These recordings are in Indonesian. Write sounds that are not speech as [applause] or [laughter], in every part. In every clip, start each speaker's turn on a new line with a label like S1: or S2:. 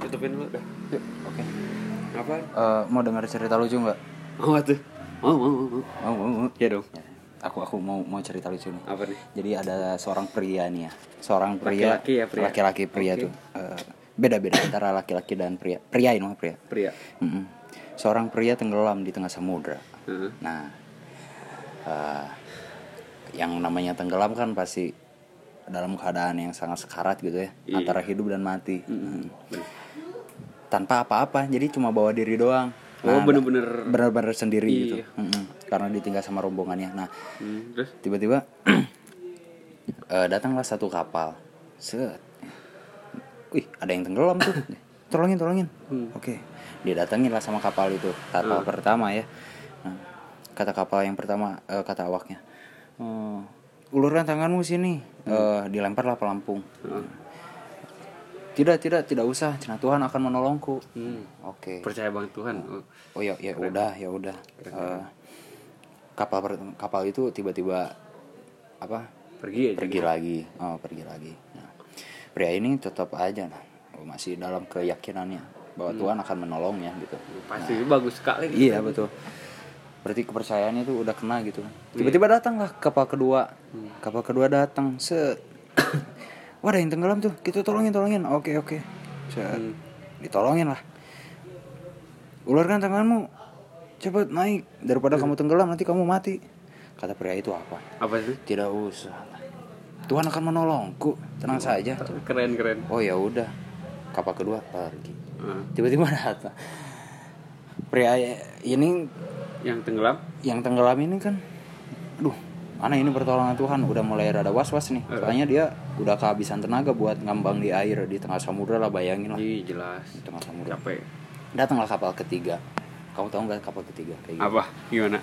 S1: tutupin dulu dah.
S2: Oke.
S1: Apa?
S2: Eh, mau dengar cerita lucu nggak?
S1: Mau tuh. Mau, mau, mau, mau.
S2: Mau, mau, mau.
S1: Ya dong.
S2: Aku aku mau mau cerita lucu nih.
S1: Apa nih?
S2: Jadi ada seorang pria nih ya. Seorang pria
S1: Laki-laki ya, pria.
S2: laki-laki pria tuh. Eh, beda-beda antara laki-laki dan pria. Pria ini mah pria.
S1: Pria.
S2: Mm-mm. Seorang pria tenggelam di tengah samudra.
S1: Heeh.
S2: Nah, eh, yang namanya tenggelam kan pasti dalam keadaan yang sangat sekarat gitu ya,
S1: Iya.
S2: antara hidup dan mati. Mm. Tanpa apa-apa, jadi cuma bawa diri doang.
S1: Oh,
S2: Nah,
S1: bener-bener.
S2: benar-benar sendiri gitu. Mm-mm. Karena ditinggal sama rombongannya. Nah,
S1: Hmm, terus?
S2: tiba-tiba [clears throat] eh, datanglah satu kapal. Set. Wih, ada yang tenggelam tuh. Tolongin, tolongin. Oke. Dia datangin lah sama kapal itu. Kapal pertama ya. Nah, kata kapal yang pertama eh, kata awaknya. "Eh, ulurkan tanganmu sini. Eh, dilemparlah pelampung.
S1: Hmm.
S2: Tidak, tidak, tidak usah. Karena Tuhan akan menolongku. Oke.
S1: Hmm. Percaya banget Tuhan. Oh.
S2: Oh ya ya udah ya udah. Eh, kapal per- kapal itu tiba-tiba apa?
S1: Pergi aja.
S2: Pergi lagi. Oh, pergi lagi. Nah, pria ini tetap aja nah, oh, masih dalam keyakinannya bahwa Tuhan akan menolongnya gitu.
S1: Pasti bagus sekali.
S2: Iya betul. Berarti kepercayaannya itu udah kena gitu. Tiba-tiba datanglah kapal kedua. Kapal kedua datang. Se [coughs] Wah, ada yang tenggelam tuh. Kita tolongin, tolongin. Oke, oke. Set. Ditolongin lah. Ularkan tanganmu. Cepat naik daripada kamu tenggelam nanti kamu mati. Kata pria itu apa?
S1: Apa sih?
S2: Tidak usah. Tuhan akan menolongku. Tenang saja.
S1: Keren keren.
S2: Oh ya udah. Kapal kedua pergi.
S1: Heeh.
S2: Tiba-tiba datang. Pria ini
S1: Yang tenggelam?
S2: yang tenggelam ini kan aduh mana ini pertolongan Tuhan udah mulai rada was-was nih
S1: Iya.
S2: soalnya dia udah kehabisan tenaga buat ngambang di air di tengah samudra lah bayangin lah di
S1: Iya jelas.
S2: tengah samudra
S1: Capek.
S2: datanglah kapal ketiga kamu tahu nggak kapal ketiga kayak gitu
S1: Apa? Gimana?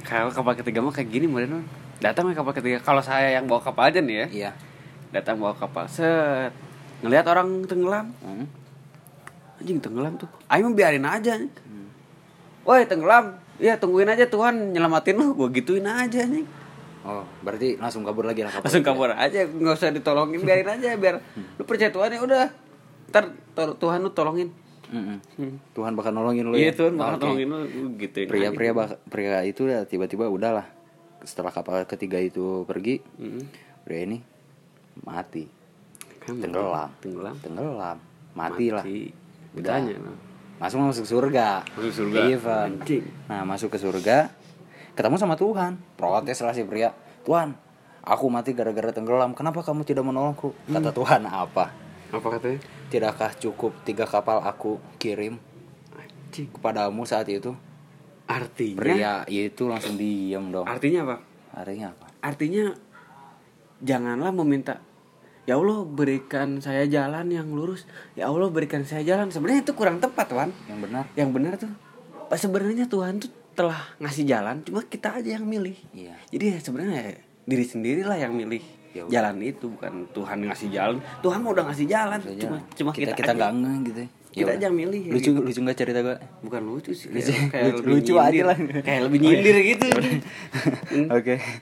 S1: Kalau kapal ketiga mah kayak gini modern. Datang lah kapal ketiga. Kalau saya yang bawa kapal aja nih ya.
S2: iya
S1: Datang bawa kapal. Set. Ngelihat orang tenggelam.
S2: Hmm.
S1: Anjing tenggelam tuh. Ayo mah biarin aja. Woi tenggelam. Iya tungguin aja Tuhan nyelamatin lu. Gue gituin aja anjing.
S2: oh berarti langsung kabur lagi
S1: [laughs]
S2: lah kapal
S1: Langsung kabur aja. Nggak usah ditolongin. Biarin aja. Biar lu percaya Tuhan ya udah. Ntar to- Tuhan lu tolongin.
S2: Mm-mm. Tuhan bakal nolongin lu
S1: Hmm. Iya
S2: ya
S1: Tuhan bakal tolongin lu. Gua Gituin aja.
S2: pria-pria bak- pria itu ya tiba-tiba udahlah setelah kapal ketiga itu pergi
S1: Mm-mm.
S2: pria ini mati
S1: Kan
S2: tenggelam
S1: Tenggelam.
S2: tenggelam matilah
S1: Mati.
S2: Udah.
S1: Ditanya lah.
S2: langsung masuk surga
S1: Masuk surga.
S2: Iya, Van.
S1: Anjing.
S2: nah masuk ke surga ketemu sama Tuhan protes lah si pria Tuhan aku mati gara-gara tenggelam kenapa kamu tidak menolongku
S1: Hmm.
S2: kata Tuhan apa
S1: Apa katanya?
S2: tidakkah cukup tiga kapal aku kirim
S1: Anjing.
S2: kepadamu saat itu
S1: Artinya.
S2: pria itu langsung diam dong
S1: Artinya apa?
S2: artinya apa
S1: Artinya janganlah meminta Ya Allah berikan saya jalan yang lurus. Ya Allah berikan saya jalan. Sebenarnya itu kurang tepat, Wan.
S2: yang benar
S1: Yang benar tuh Pak, sebenarnya Tuhan tuh telah ngasih jalan, cuma kita aja yang milih.
S2: Iya.
S1: Jadi ya sebenarnya ya diri sendirilah yang milih
S2: Ya udah.
S1: jalan itu bukan Tuhan ngasih jalan. Tuhan mah udah ngasih jalan, cuma cuma
S2: Ya. kita
S1: kita
S2: kita
S1: aja.
S2: nggak ngeh gitu ya.
S1: Kita
S2: udah.
S1: aja yang milih, ya
S2: lucu lucu nggak cerita gue
S1: bukan lucu sih
S2: Lucu-
S1: [laughs] kayak
S2: [laughs] lucu-
S1: lebih
S2: lucu aja Oh,
S1: nyindir. gitu.
S2: iya. lah.
S1: kayak lebih nyindir gitu
S2: [laughs] oke